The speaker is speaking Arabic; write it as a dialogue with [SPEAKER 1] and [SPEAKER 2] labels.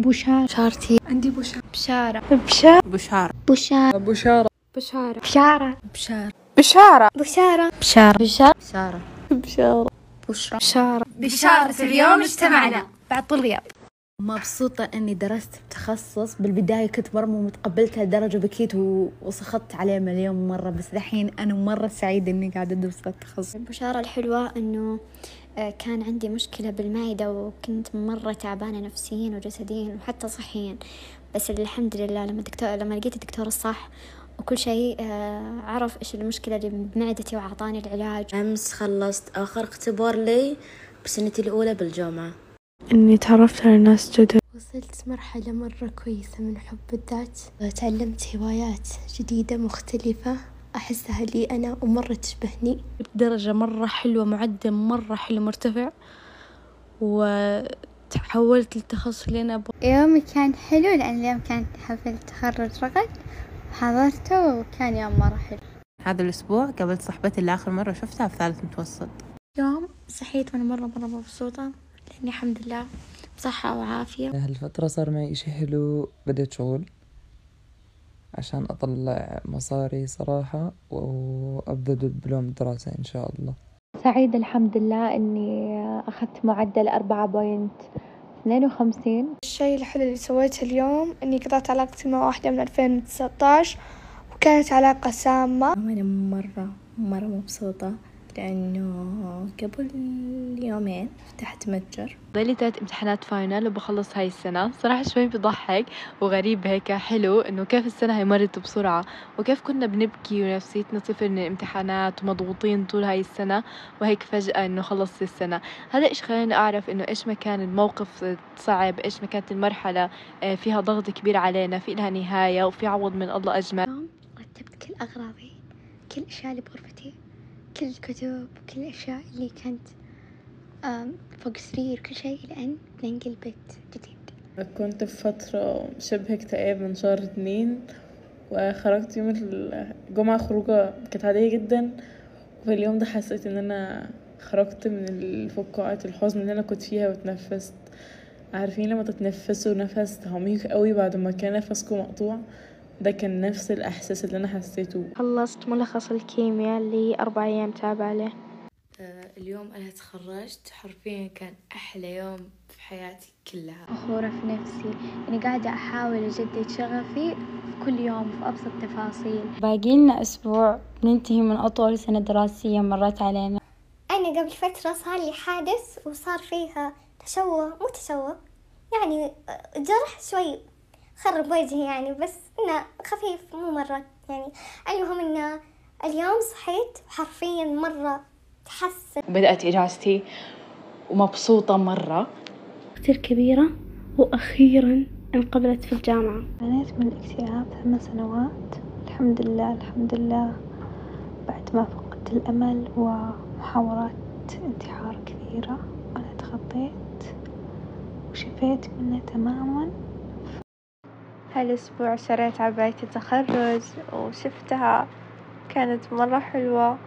[SPEAKER 1] بشارة
[SPEAKER 2] بشارتي
[SPEAKER 3] عندي بشارة
[SPEAKER 2] بشارة
[SPEAKER 1] بشارة
[SPEAKER 4] بشارة
[SPEAKER 2] بشارة
[SPEAKER 3] بشارة بشارة
[SPEAKER 1] بشارة
[SPEAKER 4] بشارة
[SPEAKER 1] بشارة
[SPEAKER 3] بشارة
[SPEAKER 2] بشارة بشارة
[SPEAKER 4] بشارة
[SPEAKER 3] بشارة
[SPEAKER 4] بشرى
[SPEAKER 2] بشارة
[SPEAKER 4] بشارة اليوم اجتمعنا
[SPEAKER 2] بعد الرياض
[SPEAKER 4] مبسوطة إني درست بتخصص بالبداية كنت مرة مو متقبلتها لدرجة بكيت و... وسخطت عليه مليون مرة بس الحين أنا مرة سعيدة إني قاعدة أدرس التخصص
[SPEAKER 1] البشارة الحلوة إنه آه، كان عندي مشكلة بالمعدة وكنت مرة تعبانة نفسيا وجسديا وحتى صحيا بس الحمد لله لما دكتور لما لقيت الدكتور الصح وكل شيء آه، عرف إيش المشكلة اللي بمعدتي وأعطاني العلاج
[SPEAKER 5] أمس خلصت آخر اختبار لي بسنتي الأولى بالجامعة
[SPEAKER 6] إني تعرفت على ناس جدد
[SPEAKER 2] وصلت مرحلة مرة كويسة من حب الذات تعلمت هوايات جديدة مختلفة أحسها لي أنا ومرة تشبهني
[SPEAKER 7] بدرجة مرة حلوة معدل مرة حلو مرتفع وتحولت للتخصص اللي أنا أبغى
[SPEAKER 8] يومي كان حلو لأن اليوم كانت حفلة تخرج رغد حضرته وكان يوم مرة حلو
[SPEAKER 9] هذا الأسبوع قابلت صاحبتي اللي آخر مرة شفتها في ثالث متوسط
[SPEAKER 2] يوم صحيت وأنا مرة مرة مبسوطة لأني الحمد لله بصحة وعافية
[SPEAKER 10] يعني هالفترة صار معي إشي حلو بديت شغل عشان أطلع مصاري صراحة وأبدأ بدبلوم دراسة إن شاء الله
[SPEAKER 11] سعيدة الحمد لله إني أخذت معدل أربعة بوينت اثنين وخمسين
[SPEAKER 12] الشيء الحلو اللي سويته اليوم إني قطعت علاقتي مع واحدة من 2019 وكانت علاقة سامة
[SPEAKER 2] أنا مرة مرة مبسوطة لأنه قبل يومين فتحت متجر
[SPEAKER 6] ضلي تلات امتحانات فاينل وبخلص هاي السنة صراحة شوي بضحك وغريب هيك حلو إنه كيف السنة هي مرت بسرعة وكيف كنا بنبكي ونفسيتنا صفر من الامتحانات ومضغوطين طول هاي السنة وهيك فجأة إنه خلصت السنة هذا إيش خلاني أعرف إنه إيش ما كان الموقف صعب إيش ما كانت المرحلة آه، فيها ضغط كبير علينا في لها نهاية وفي عوض من الله أجمل
[SPEAKER 1] رتبت كل أغراضي كل أشياء اللي بغرفتي كل الكتب وكل الأشياء اللي كانت آم، فوق سرير كل شيء لأن بننقل بيت جديد
[SPEAKER 3] كنت في فترة شبه اكتئاب من شهر اتنين وخرجت يوم الجمعة خروجة كانت عادية جدا وفي اليوم ده حسيت ان انا خرجت من الفقاعة الحزن اللي انا كنت فيها واتنفست عارفين لما تتنفسوا نفس عميق قوي بعد ما كان نفسكم مقطوع ده كان نفس الاحساس اللي انا حسيته
[SPEAKER 2] خلصت ملخص الكيمياء اللي أربع أيام تعب عليه
[SPEAKER 5] اليوم أنا تخرجت حرفيا كان أحلى يوم في حياتي كلها
[SPEAKER 8] فخورة في نفسي إني قاعدة أحاول أجدد شغفي في كل يوم في أبسط تفاصيل
[SPEAKER 11] باقي لنا أسبوع بننتهي من أطول سنة دراسية مرت علينا
[SPEAKER 1] أنا قبل فترة صار لي حادث وصار فيها تشوه مو تشوه يعني جرح شوي خرب وجهي يعني بس إنه خفيف مو مرة يعني المهم إنه اليوم صحيت حرفيا مرة تحسن
[SPEAKER 6] بدأت إجازتي ومبسوطة مرة
[SPEAKER 11] كتير كبيرة وأخيرا انقبلت في الجامعة
[SPEAKER 2] عانيت من الاكتئاب ثمان سنوات الحمد لله الحمد لله بعد ما فقدت الأمل ومحاولات انتحار كثيرة أنا تخطيت وشفيت منه تماما
[SPEAKER 12] هالأسبوع شريت عباية التخرج وشفتها كانت مرة حلوة